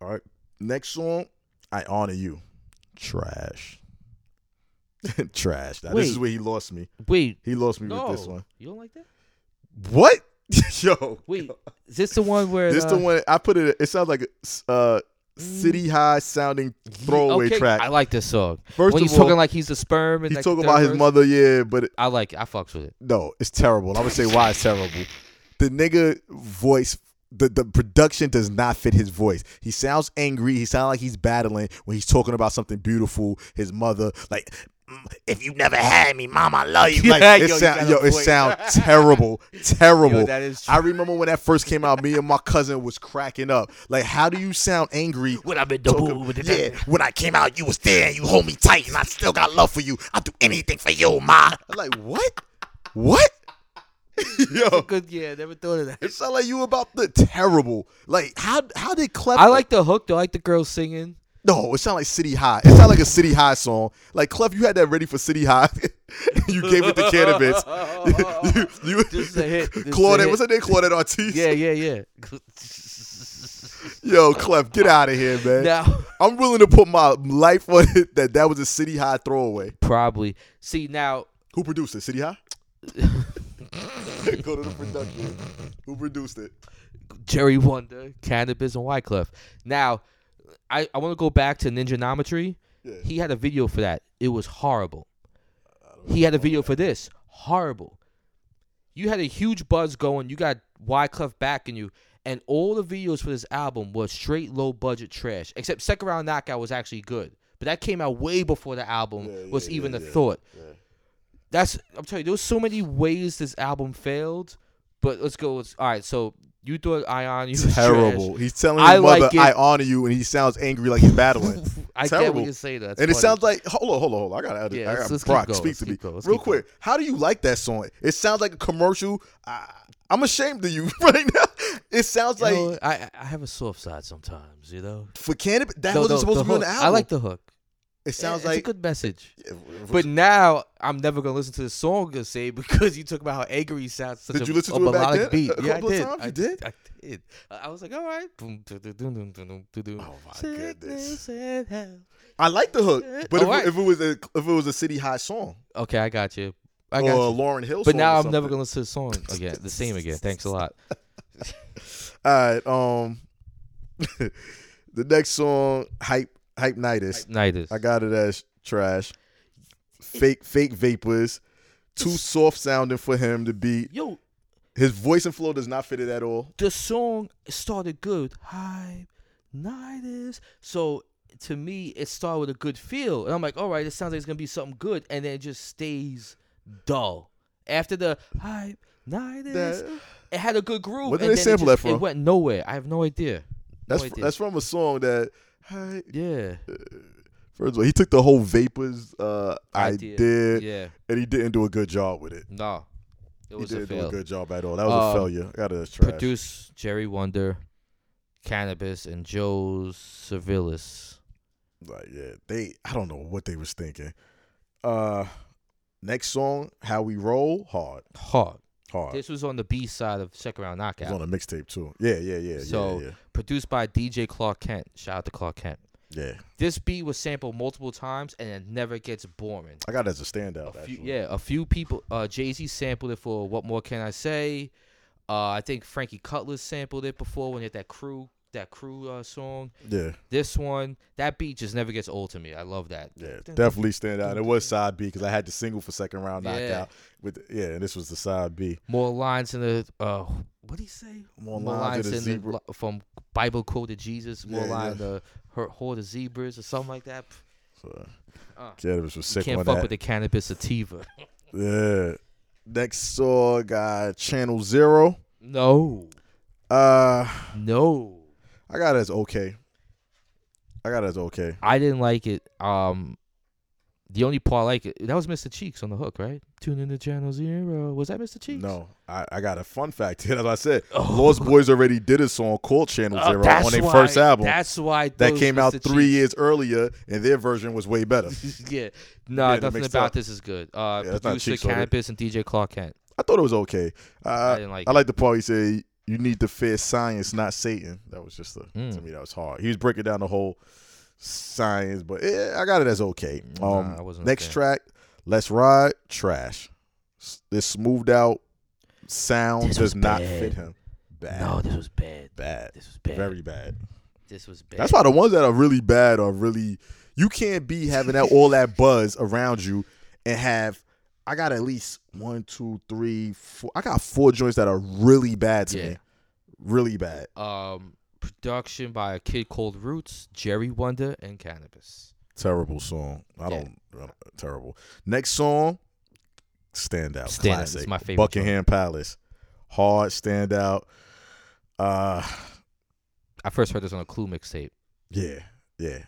All right. Next song, I honor you. Trash. Trash. Now, this is Wait. where he lost me. Wait, He lost me no, with this one. you don't like that? What? Yo. Wait, is this the one where This uh, Mm. the one I put it. It sounds like a uh, city high sounding throwaway okay, track. I like this song. First when of he's all, talking like he's the sperm, and he's like talking third about his verse, mother. Yeah, but I like it. I fucks with it. No, it's terrible. And I'm gonna say why it's terrible. The nigga voice the, the production does not fit his voice. He sounds angry. He sounds like he's battling when he's talking about something beautiful, his mother. Like, "Mm, if you never had me, mom, I love you. Like, Yeah, it yo, you sound, got a yo, it point. sounds terrible, terrible. Yo, that is I remember when that first came out. Me and my cousin was cracking up. Like, how do you sound angry? When I'm in the Talking- mood with the yeah, when I came out, you was there and you hold me tight, and I still got love for you. I'll do anything for you, ma. I'm like, what? What? yo, Good, yeah, never thought of that. it sounded like you about the terrible. Like how how did Clef? I like the hook though. I like the girls singing. no. It sounded like City High. It sounded like a City High song. Like Clef, you had that ready for City High. you gave it to Cannabis. you, you, This is a hit. This is a Claudette, hit. what's her name? Claudette Ortiz. Yeah, yeah, yeah. Yo, Clef, Uh, get out of here, man. now, I'm willing to put my life on it that that was a City High throwaway. probably see now. Who produced it? City High. Go to the production. Who produced it? Jerry Wonder, Cannabis, and Wyclef. Now, I, I want to go back to Ninjanometry. Yeah. He had a video for that. It was horrible. He had a video for this. Horrible. You had a huge buzz going. You got Wyclef backing you. And all the videos for this album was straight low budget trash. Except Second Round Knockout was actually good. But that came out way before the album Yeah, was yeah, even yeah, a yeah, thought. yeah. That's I'm telling you, there was so many ways this album failed. But let's go. With, all right, so you thought Ion, you was trash. terrible. He's telling I his mother, like it. "I honor you,w and he sounds angry like he's battling. I get terrible. what you say. That and it sounds like hold on, hold on, hold on. I gotta, Yeah, I gotta let's- let's keep Brock, going, speak let's to me keep going, let's real keep quick. How do you like that song? It sounds like a commercial. I, I'm ashamed of you right now. It sounds like I I have a soft side sometimes, you know. for cannabis that No, wasn't no, supposed the to be on the hook. album. I like the hook. It sounds it's like, a good message. Yeah, But now I'm never gonna listen to the song you say because you talk about how angry he sounds. Such Did a, you listen a to it back melodic then? Beat. A yeah, couple of I did. times? You I did? I did. I was like, all right. Boom, doo, doo, doo, doo, doo, doo, doo, doo. Oh, my Sickness goodness. and health. I like the hook. But if, Alright. if it was a if it was a city high song Okay, I got you. I or got a you. Lauren Hill, But song now or I'm never something. gonna listen to the song again. The same again. Thanks a lot. All right, um, the next song, hype, hype nitis. Nighters. I got it as trash. Fake, fake vapors. Too soft sounding for him to beat. Yo, His voice and flow does not fit it at all. the song started good. Hype, night is so to me it started with a good feel, and I'm like, all right, it sounds like it's gonna be something good, and then it just stays dull. After the hype, night is That- it had a good groove. Where did and they then it sample just- that It from? went nowhere. I have no idea. No That's idea. that's from a song that. Hi. yeah. First of all, he took the whole vapors uh, idea, Idea. Yeah. and he didn't do a good job with it. No. It He was a didn't do a fail. good job at all. That was Um, a failure. I got it as trash. Produced Jerry Wonder, Cannabis, and Joe Cervillis. Like yeah, they I don't know what they was thinking. Uh, next song, how we roll hard, Hard. hard. This was on the B side of second round knockout. It's on a mixtape too. Yeah, yeah, yeah, So- yeah, produced by DJ Clark Kent. Shout out to Clark Kent. yeah. Yeah, This beat was sampled multiple times and it never gets boring. I got it as a standout. A few- actually. yeah, a few people. Uh, Jay Z sampled it for "What More Can I Say." Uh, I think Frankie Cutler sampled it before when he had that crew that crew uh, song. yeah, This one, that beat just never gets old to me. I love that. yeah. Definitely standout. It was side B because I had the single for second round Yeah. knockout. With yeah, and this was the side B. More lines in the uh, what do he say? More lines in the zebra. li- from Bible quote to Jesus. More Yeah, line yeah. in the her horde of zebras or something like that. So, Uh, cannabis was sick Can't on fuck that. with the cannabis sativa. yeah. Next song, got Channel Zero. No. Uh, No. I got it as okay. I got it as okay. I didn't like it. Um the only part I like it that was Mr. Cheeks on the hook, right? Tune in to channel zero. Was that Mr. Cheeks? No, I, I got a fun fact here. As I said, Oh. Lost Boys already did a song called Channel Oh, Zero that's on their why- first album That's why I thought that it came out was Mr. three years earlier, and their version was way better. Cheeks. yeah. No, Yeah, they nothing mixed about up. this is good. Uh Yeah, that's not producer Cheeks on it. Cannabis and DJ Clark Kent. I thought it was okay. I Uh, didn't like I it. like the part he said, "You need to fear science, not Satan." That was just a, Mm. to me that was hard. He was breaking down the whole science, but eh, I got it as okay. Nah, Um, I wasn't a next fan. track, "Let's Ride," trash. S- This smoothed out sound This does was not bad. fit him. Bad, No, this was bad. bad, This was bad. very bad. this was bad. That's why the ones that are really bad are really. You can't be having that all that buzz around you and have. I got at least one, two, three, four. I got four joints that are really bad to Yeah. me. really bad. Um, production by a kid called Roots, Jerry Wonder, and Cannabis. Terrible song. I Yeah. don't. uh, Terrible. Next song, standout. Standout. It's Classic. my favorite Buckingham Palace, hard standout. Uh, I first heard this on a Clue mixtape. yeah, yeah.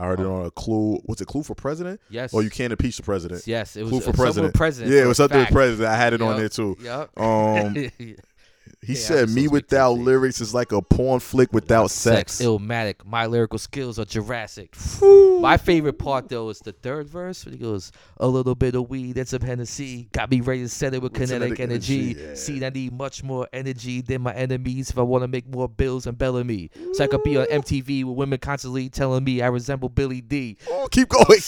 I heard it Oh. on a clue. What's it? Clue for president? Yes. Oh, you can't impeach the president. Yes, it was Clue uh, for something with president. president. yeah, for it a was something with fact. president. I had it on Yup. there too. Yup. Um, he Yeah, said, I'm "Me so without sweet. lyrics is like a porn flick without sex." Illmatic. My lyrical skills are Jurassic. My favorite part though is the third verse when he goes, "A little bit of weed and some Hennessy got me ready to set it with With kinetic, kinetic energy. energy, yeah. See, I need much more energy than my enemies if I want to make more bills than Bellamy. So I could be on MTV with women constantly telling me I resemble Billy D. Oh, keep going.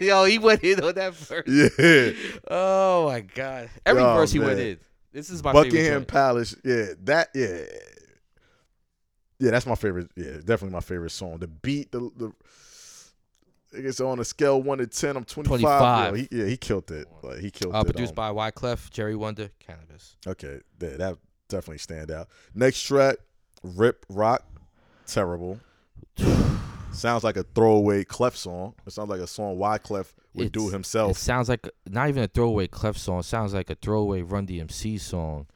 Yo, he went in on that verse. yeah. Oh my god! Every Oh, verse he went man. in. This is my favorite. Buckingham joint. Palace. Yeah, that. Yeah, yeah. That's my favorite. Yeah, definitely my favorite song. The beat. The the. It's on a scale one to ten. I'm 25. 25. Yo, he- yeah, he killed it. Like he killed Uh, it. produced um, by Wyclef, Jerry Wonder, Cannabis. okay, yeah, that definitely stand out. Next track, Rip Rock, terrible. sounds like a throwaway Clef song. It sounds like a song Wyclef would do It's- It himself. sounds like not even a throwaway Clef song. It sounds like a throwaway Run DMC song.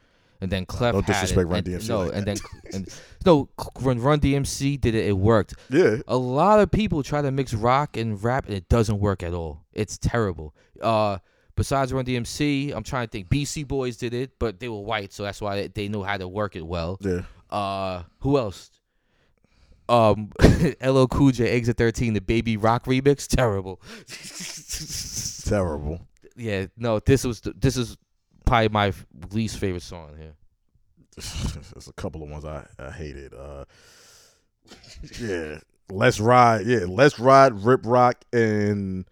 And then Clef don't had it, disrespect Run and- DMC No, like and then and, no, when Run DMC did it, it worked. Yeah, A lot of people try to mix rock and rap, and it doesn't work at all. It's terrible. Uh, besides Run DMC, I'm trying to think. BC Boys did it, but they were white, so that's why they, they knew how to work it well. yeah. Uh, who else? Um, LL Cool J, Exit 13, the Baby Rock remix, terrible. Terrible. yeah, no, this was th- this is probably my f- least favorite song here. there's a couple of ones I, I hated. Uh, yeah, let's ride. Yeah, let's ride. Rip Rock and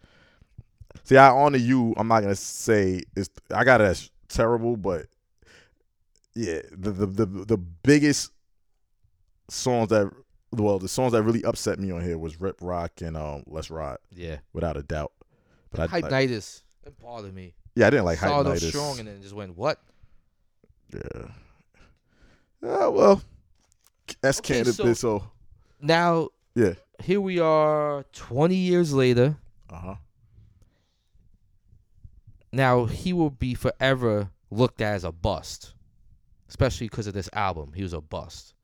see, I honor you. I'm not gonna say it's. I got it as terrible, but yeah, the the the, the biggest songs that well, the songs that really upset me on here was Rip Rock and um, Let's Ride, Yeah, without a doubt. But I, Hype I Nightus. That bothered me. yeah, I didn't like Saw Hype those Nightus. strong and then just went what? Yeah. Oh well, that's Okay, cannabis. so- so Now Yeah. here we are, 20 years later. Uh huh. Now he will be forever looked at as a bust, especially because of this album. He was a bust,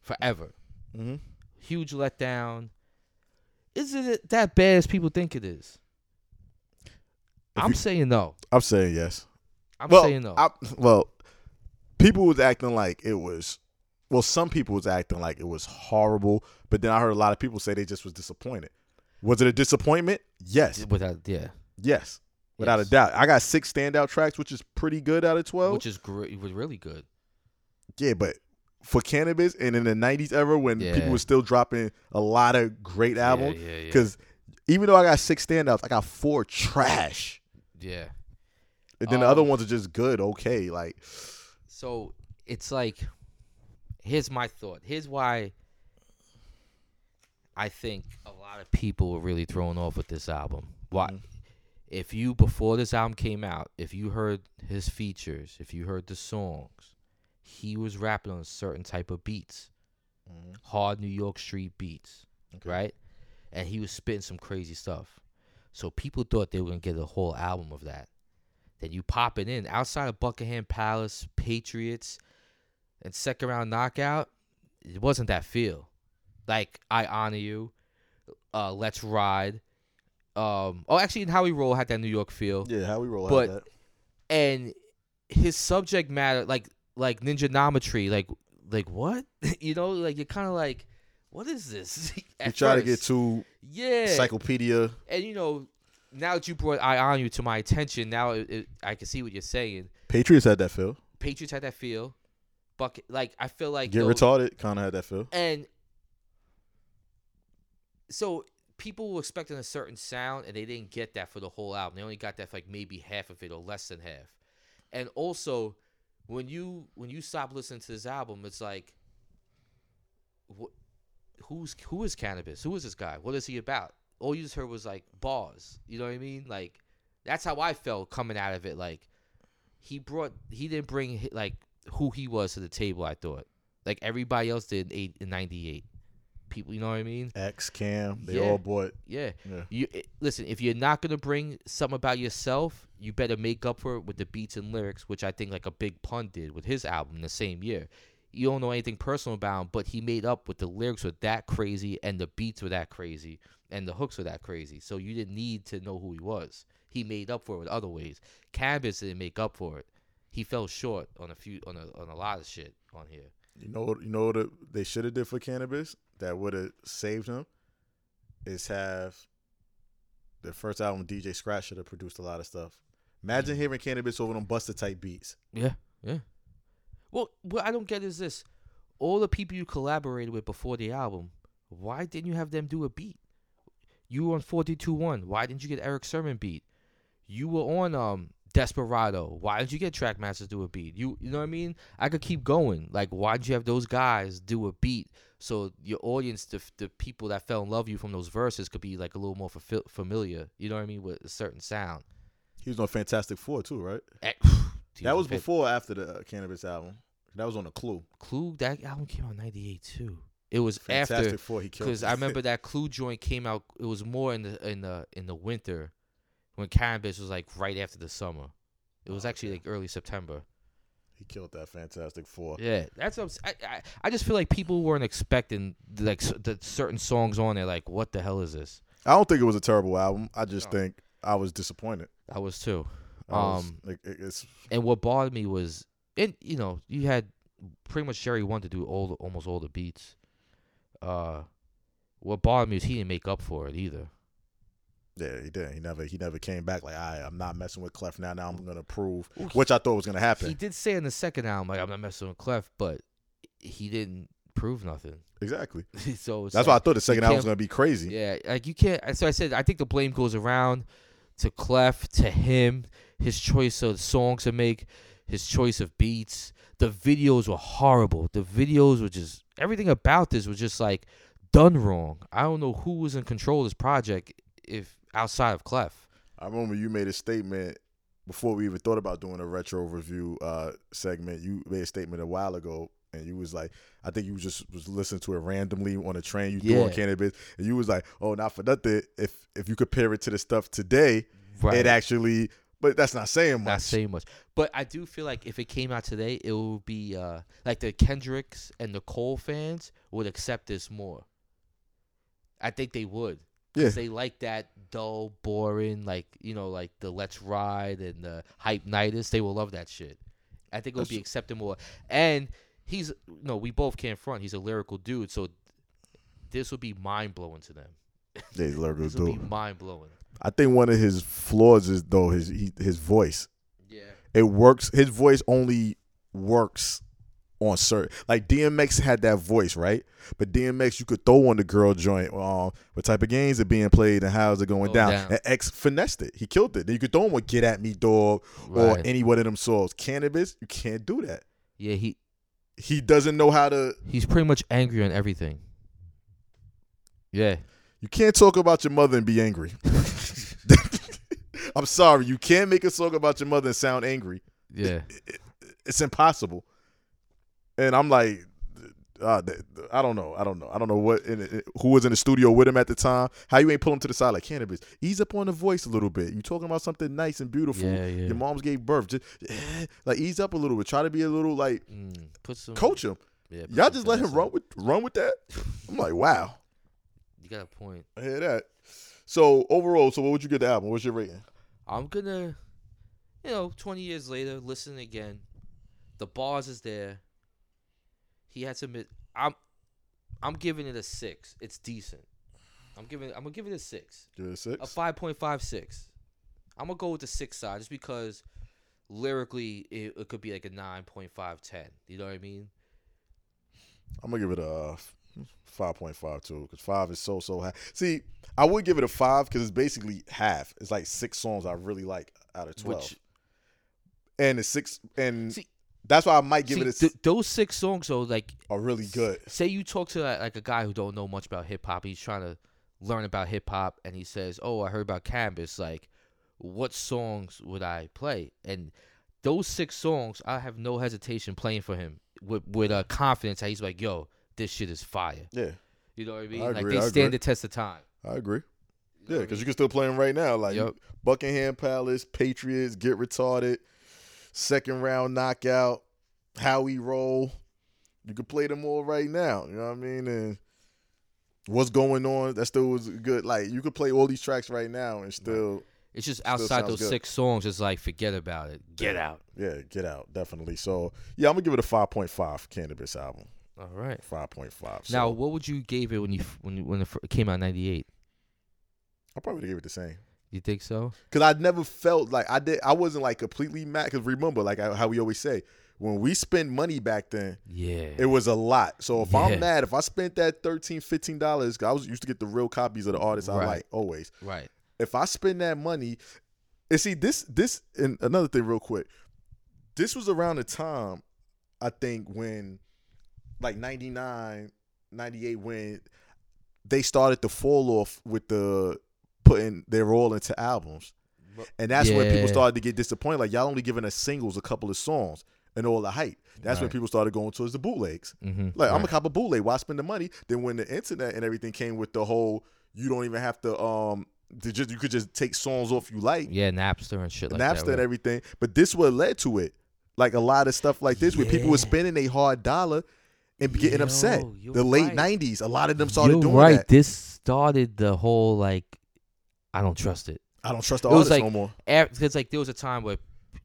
forever. Mm-hmm. huge letdown. Is it that bad as people think it is? If I'm you- saying no. I'm saying yes. I'm well, saying no. I, well, people was acting like it was. Well, some people was acting like it was horrible, but then I heard a lot of people say they just was disappointed. Was it a disappointment? Yes, Without yeah, yes, without Yes. a doubt. I got six standout tracks, which is pretty good out of twelve. which is great, was really good. yeah, but for cannabis and in the '90s era when Yeah. people were still dropping a lot of great albums, yeah, yeah, yeah. because even though I got six standouts, I got four trash, yeah. and then the other Um, ones are just good, okay, like So it's like, here's my thought. Here's why I think a lot of people were really thrown off with this album. Why? If you before this album came out, if you heard his features, if you heard the songs, he was rapping on certain type of beats, hard New York street beats, right? And he was spitting some crazy stuff. So people thought they were gonna get a whole album of that. Then you pop it in outside of Buckingham Palace, Patriots, and second round knockout. It wasn't that feel. Like I honor you, uh, let's ride. Um, oh, actually, and Howie Roll had that New York feel, yeah, how we roll. out But- that. and his subject matter, like like ninjanometry, like like what you know, like you're kind of like, what is this? You At try to get first. to yeah, encyclopedia. and you know, now that you brought I on you to my attention, now it, it, I can see what you're saying. Patriots had that feel. Patriots had that feel. Bucket, like I feel like Get yo- retarded kind of had that feel. and so people were expecting a certain sound, and they didn't get that for the whole album. They only got that for like maybe half of it or less than half. And also, when you when you stop listening to this album, it's like, wh- who's who is cannabis? Who is this guy? What is he about? All you just heard was like bars. You know what I mean? Like that's how I felt coming out of it. Like he brought he didn't bring hi- like who he was to the table. I thought like everybody else did in eight in '98. People, you know what I mean? X Cam, they Yeah. all bought. Yeah. Yeah. You i listen. If you're not gonna bring something about yourself, you better make up for it with the beats and lyrics, which I think like a big pun did with his album the same year. You don't know anything personal about him, but he made up with the lyrics were that crazy and the beats were that crazy and the hooks were that crazy. So you didn't need to know who he was. He made up for it with other ways. Canvas didn't make up for it. He fell short on a few on a on a lot of shit on here. You know, you know what it- they should have did for cannabis that would have saved him is have the first album DJ Scratch should have produced a lot of stuff. Imagine Mm. hearing cannabis over them Buster type beats. Yeah, yeah. Well, what I don't get is this: all the people you collaborated with before the album, why didn't you have them do a beat? You were on Forty Two One. Why didn't you get Eric Sermon beat? You were on um Desperado. Why didn't you get Trackmasters do a beat? You you know what I mean? I could keep going. Like, why did you have those guys do a beat so your audience, the the people that fell in love with you from those verses, could be like a little more fafi- familiar. You know what I mean with a certain sound. He was on Fantastic Four too, right? Eh, that was dude, before or after the uh, cannabis album. That was on the Clue. Clue that album came out in '98 too. It was Fantastic after Four. He killed. because it. I remember that Clue joint came out. It was more in the in the in the winter when Cannabis was like right after the summer. It was Oh, actually like early September. he killed that Fantastic Four. Yeah, that's what I'm, s- I, I I just feel like people weren't expecting like s- the certain songs on there. Like, what the hell is this? I don't think it was a terrible album. I just No. think I was disappointed. I was too. I was- Um, like, it- it's And what bothered me was, and you know, you had pretty much Jerry One to do all the, almost all the beats. Uh, what bothered me is he didn't make up for it either. yeah, he did. He never he never came back. Like I, I'm not messing with Clef now. Now I'm gonna prove Well, which I thought was gonna happen. He did say in the second album, like I'm not messing with Clef, but he didn't prove nothing. exactly. so it's That's why I like, thought the second album was can't- gonna be crazy. yeah, like you can't. So I said I think the blame goes around to Clef, to him, his choice of songs to make, his choice of beats. The videos were horrible. The videos were just everything about this was just like done wrong. I don't know who was in control of this project if outside of Clef. I remember you made a statement before we even thought about doing a retro review uh, segment. You made a statement a while ago, and you was like, I think you just was listening to it randomly on a train. You threw on Yeah. cannabis, and you was like, oh, not for nothing. If if you compare it to the stuff today, it actually. But that's not saying much. not saying much. But I do feel like if it came out today, it would be uh, like the Kendricks and the Cole fans would accept this more. I think they would. 'Cause Yeah. They like that dull, boring, like you know, like the Let's Ride and the Hype Nitus. They will love that shit. I think it would be That's- accepted more. And he's no, we both can't front. He's a lyrical dude, so this would be mind blowing to them. Jay This would be mind blowing. I think one of his flaws is though his he, his voice. Yeah. it works his voice only works on certain like DMX had that voice, right? But DMX you could throw on the girl joint, um, what type of games are being played and how's it going Going down. down. And X finessed it. He killed it. Then you could throw him with Get At Me Dog or Right. any one of them songs. Cannabis, you can't do that. yeah. He He doesn't know how to He's pretty much angry on everything. Yeah. you can't talk about your mother and be angry. I'm sorry, you can't make a song about your mother and sound angry. Yeah. it's impossible. And I'm like, uh, th- th- I don't know, I don't know, I don't know what in it, who was in the studio with him at the time. How you ain't pull him to the side like cannabis? Ease up on the voice a little bit. You talking about something nice and beautiful. Yeah, yeah. Your mom's gave birth. Just eh, like ease up a little bit. Try to be a little like Mm, put some coach him. Yeah, put Y'all some just let him finesse in. run with run with that. I'm like, wow, You got a point. I hear that. So overall, so what would you give the album? What's your rating? I'm gonna, you know, 20 years later, listen again. The bars is there. He had some. mid- I'm, I'm giving it a six. It's decent. I'm giving. I'm gonna give it a six. Give it a six. A five point five six. I'm gonna go with the six side just because lyrically it, it could be like a nine point five ten. You know what I mean? I'm gonna give it a five point five two because five is so so high. See, I would give it a five because it's basically half. It's like six songs I really like out of twelve, Which and it's six, and See- that's why I might give See, it a, s- th- those six songs though, like a really good. say you talk to like, like a guy who don't know much about hip hop, he's trying to learn about hip hop, and he says, "Oh, I heard about Canvas. Like, what songs would I play?" And those six songs, I have no hesitation playing for him with with uh, confidence. How he's like, yo, this shit is fire. Yeah, You know what I mean? like agree, they I stand agree. the test of time. I agree. You know Yeah, what I because mean? you can still play him right now. Like Yup. Buckingham Palace, Patriots, get retarded, second round knockout, Howie roll. You could play them all right now. You know what I mean? And what's going on? That still was good. Like you could play all these tracks right now and still, it's just outside sounds those good. six songs. It's like forget about it. Get out. yeah, get out definitely. So yeah, I'm gonna give it a 5.5 Cannabis album. All right. 5.5. So Now, what would you gave it when you f- when you- when it fir- came out in '98? I probably would've gave it the same. You think so? Cause I never felt like I did. I wasn't like completely mad. Cause remember, like I, how we always say, when we spend money back then, Yeah. It was a lot. So if Yeah. I'm mad, if I spent that $13, 15 dollars, I was used to get the real copies of the artists I Right. like always. right. If I spend that money, and see this this and another thing real quick. This was around the time I think when like 99, 98 when they started to fall off with the putting their all into albums. And that's when people Yeah. started to get disappointed. Like y'all only giving us singles, a couple of songs, and all the hype. That's when Right. people started going towards the bootlegs. Mm-hmm. Like I'm a cop of bootleg. Why spend the money? Then when the internet and everything came with the whole, you don't even have to um, to just you could just take songs off you like yeah, Napster and shit like Napster that. and right? everything. But this what led to it, like a lot of stuff like this, where people were Yeah. spending a hard dollar and be getting upset. Yo, you're The late right. '90s, a lot of them started You're doing right. that. This started the whole like, I don't trust it. I don't trust the It artists was like- no more. Because like there was a time where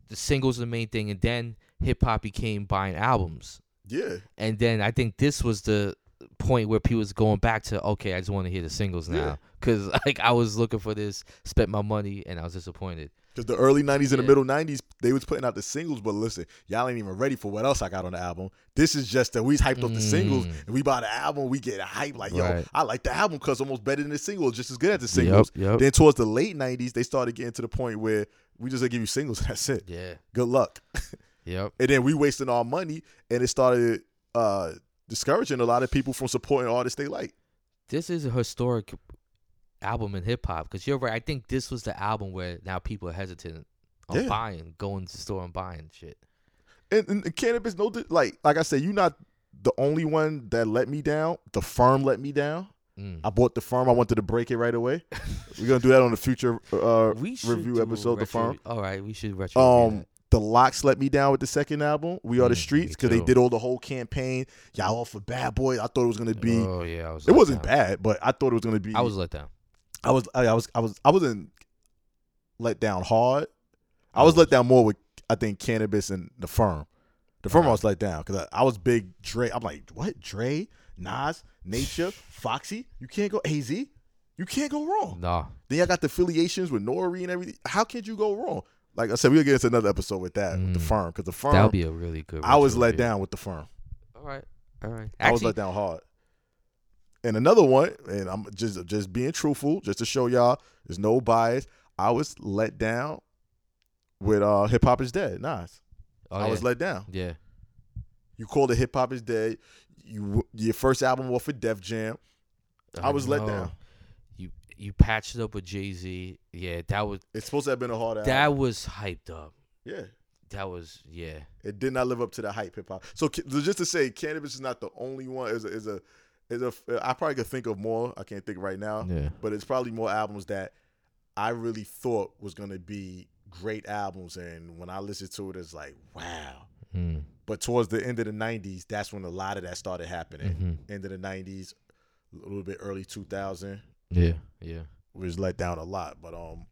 the singles were the main thing, and then hip hop became buying albums, Yeah, and then I think this was the point where people was going back to okay, I just want to hear the singles Yeah. now. Because like I was looking for this, spent my money, and I was disappointed. because the early '90s and the Yeah. middle '90s, they was putting out the singles. But listen, y'all ain't even ready for what else I got on the album. This is just that we hyped up the singles, Mm. and we buy the album, we get hype like, yo, Right. I like the album because almost better than the single, just as good as the singles. Yep. Then towards the late '90s, they started getting to the point where we just gonna give you singles. That's it. yeah. Good luck. Yep. And then we wasting our money, and it started uh discouraging a lot of people from supporting artists they like. this is a historic album in hip hop because you're right. I think this was the album where now people are hesitant on Yeah. buying, going to the store and buying shit. And, and cannabis, no, di- like like I said, you're not the only one that let me down. The firm let me down. Mm. I bought the firm. I wanted to break it right away. We're gonna do that on the future uh, we should review do a episode. The retro- firm. All right, we should retro. Um, the locks let me down with the second album. We are the Mm, streets me because they too. did all the whole campaign. Y'all off for bad boy. I thought it was gonna be. Oh yeah, I was. it let wasn't down. bad, but I thought it was gonna be. I was let down. I was. I was. I was. I wasn't let down hard. I I was was. let down more with I think cannabis and the firm. The firm I Alright. was let down because I, I was big Dre. I'm like, what Dre, Nas, Nature, Foxy? You can't go AZ. You can't go wrong. Nah, Then y'all got the affiliations with Nori and everything. How could you go wrong? Like I said, we'll get into another episode with that with the Mm. firm because the that firm. would be a really good. I was retro let review. down with the firm. All right, all right. I was Actually, let down hard. And another one, and I'm just just being truthful, just to show y'all there's no bias. I was let down with uh Hip Hop is Dead. Nas. oh, I yeah. was let down. Yeah, You called it Hip Hop is Dead. You your first album off of Def Jam. I was let know. down. oh, You you patched it up with Jay Z. Yeah, that was It's supposed to have been a hard album. that was hyped up. Yeah. That was yeah. It did not live up to the hype, hip hop. So ca- just to say, cannabis is not the only one. Is a, is a is a I probably could think of more. I can't think right now, Yeah. but it's probably more albums that I really thought was gonna be great albums, and when I listen to it, it's like wow. Mm. But towards the end of the '90s, that's when a lot of that started happening. Mhm. End of the '90s, a little bit early 2000 Yeah, yeah. was let down a lot. But um,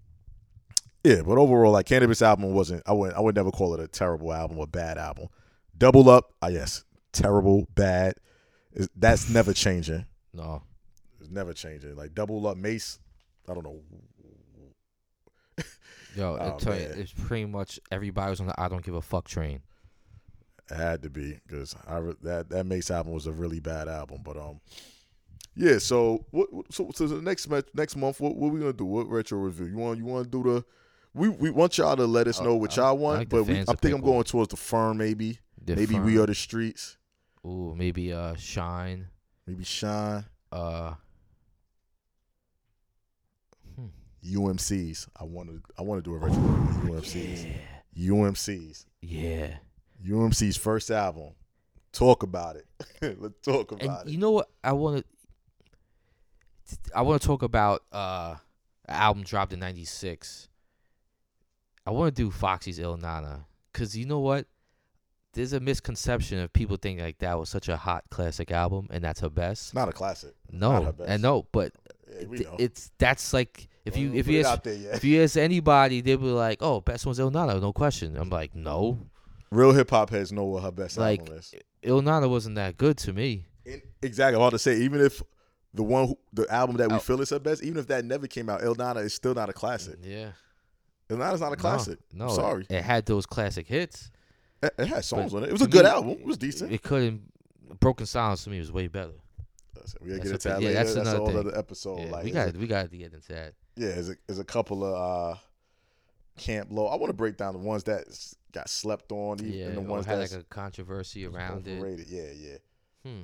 yeah. But overall, like Cannabis album wasn't. I would I would never call it a terrible album or bad album. Double up, ah yes, terrible, bad. Is- That's never changing. No. It's never changing. Like double up, Mace. I don't know. Yo, Oh, I'm telling you, man. it's pretty much everybody was on the I don't give a fuck train. It had to be because I re- that that Mace album was a really bad album. But um, yeah. So what? what- So so the next month, next month, what what we gonna do? What retro review? You want you want to do the? We, we want y'all to let us Oh, know what I- y'all I want, like the but we, I fans to think pick I'm going one. towards the firm maybe. The Maybe we Firm. are the streets. Ooh, maybe uh Shine. Maybe Shine. Uh hmm. UMCs. I want to. I want to do a retro review. of UMCs. Yeah. UMCs. Yeah. UMC's first album. talk about it. Let's talk And about you it. know what? I want to. I want to talk about uh, an album dropped in '96. I want to do Foxy's "Il Nana" because you know what? There's a misconception of people think like that was such a hot classic album and that's her best. It's not a classic. not her no, best. and no, but Yeah, we th- know. it's that's like if you Well, if put you it ask, out there, yeah. if you ask anybody, they'll be like, "Oh, best one's "Il Nana," no question. I'm like, no, real hip hop heads know what her best like album is. "Il Nana" wasn't that good to me. And- exactly. I'm about to say even if the one who, the album that we Oh. feel is her best, even if that never came out, El Nana is still not a classic. Yeah. El Nana's not a Mm. No, classic. No, I'm it- sorry. It, had those classic hits. It, it had songs but on it. It was a to good me, album. It was decent. It couldn't. Broken Silence to me was way better. we gotta get that's a into thing. that Yeah, later. that's That's, a another whole thing. other episode. Yeah, Oh, like we it's a- got we got to get into that. yeah, there's a, there's a couple of uh, camp low. I want to break down the ones that s- got slept on even, Yeah, and the or ones had that's like a controversy around it. overrated. Yeah, yeah. Hmm.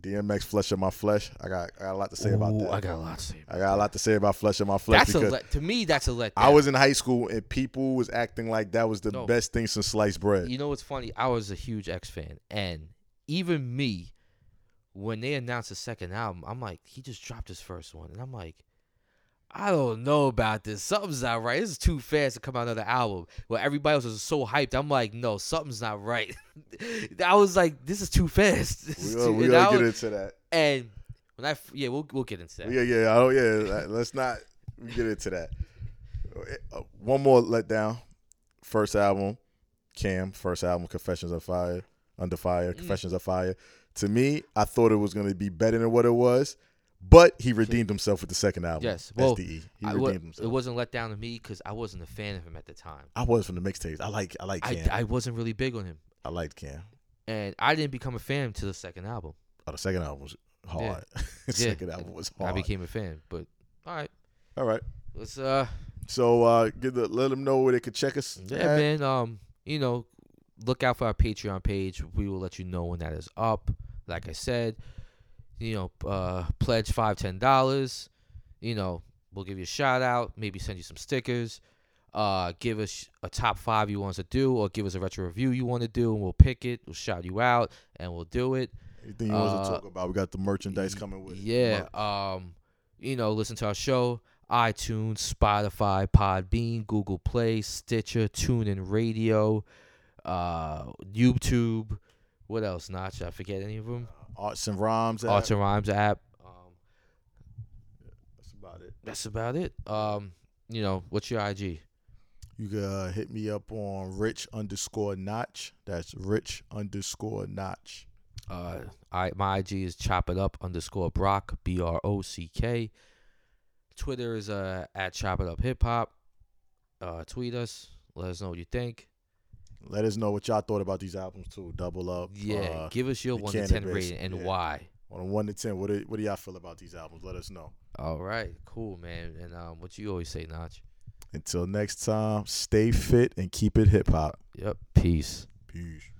DMX Flesh of My Flesh. I got I got a lot to say about Ooh, that. I got a lot to say. About I got a lot to say about Flesh of My Flesh that's a because let, to me. That's a letdown. I was in high school and people was acting like that was the No. best thing since sliced bread. You know what's funny? I was a huge X fan, and even me, when they announced the second album, I'm like, he just dropped his first one, and I'm like, I don't know about this. Something's not right. This is too fast to come out another album. Well, everybody else was so hyped. I'm like, no, something's not right. I was like, this is too fast. This We is gonna, too- we and gonna I get was- into that. and when I f- yeah, we'll we'll get into that. Yeah, yeah, oh yeah. that- Let's not get into that. Uh, One more letdown. First album, Cam. First album, Confessions of Fire, Under Fire, Mm. Confessions of Fire. To me, I thought it was going to be better than what it was, but he redeemed himself with the second album. Yes, well, SDE. He I redeemed wa- himself. it wasn't let down to me because I wasn't a fan of him at the time. I was from the mixtapes. I like, I like I, Cam. I, I wasn't really big on him. liked Cam. and I didn't become a fan until the second album. Oh, the second album was hard. the Yeah. second album was I hard. became a fan, but all right, All right, let's uh, so uh, give the, let them know where they could check us. yeah, at. man, um, you know, look out for our Patreon page. We will let you know when that is up. Like I said, you know, uh, pledge five ten dollars. You know, we'll give you a shout out. Maybe send you some stickers. Uh, give us a top five you want us to do, or give us a retro review you want to do, and we'll pick it. We'll shout you out, and we'll do it. Anything you want us to Uh, talk about? We got the merchandise Y- coming with. it. Yeah. Um, you know, listen to our show, iTunes, Spotify, Podbean, Google Play, Stitcher, TuneIn Radio, uh, YouTube. What else, Notch? I forget any of them. Arts and rhymes. Arts Arts. and Rhymes app. Um, That's about it. that's about it. Um, you know, what's your IG? You can uh, hit me up on rich underscore notch. That's rich underscore notch. Uh, I my IG is chop it up underscore Brock B R O C K. Twitter is uh at chop it up hip hop. Uh, tweet us. Let us know what you think. Let us know what y'all thought about these albums too. Double up. Yeah, Uh, give us your the one to ten cannabis, rating and yeah. why. on a one to ten, what do, what do y'all feel about these albums? Let us know. All right, cool, man. And um, what you always say, Notch. Until next time, stay fit and keep it hip hop. Yep. Peace. Peace.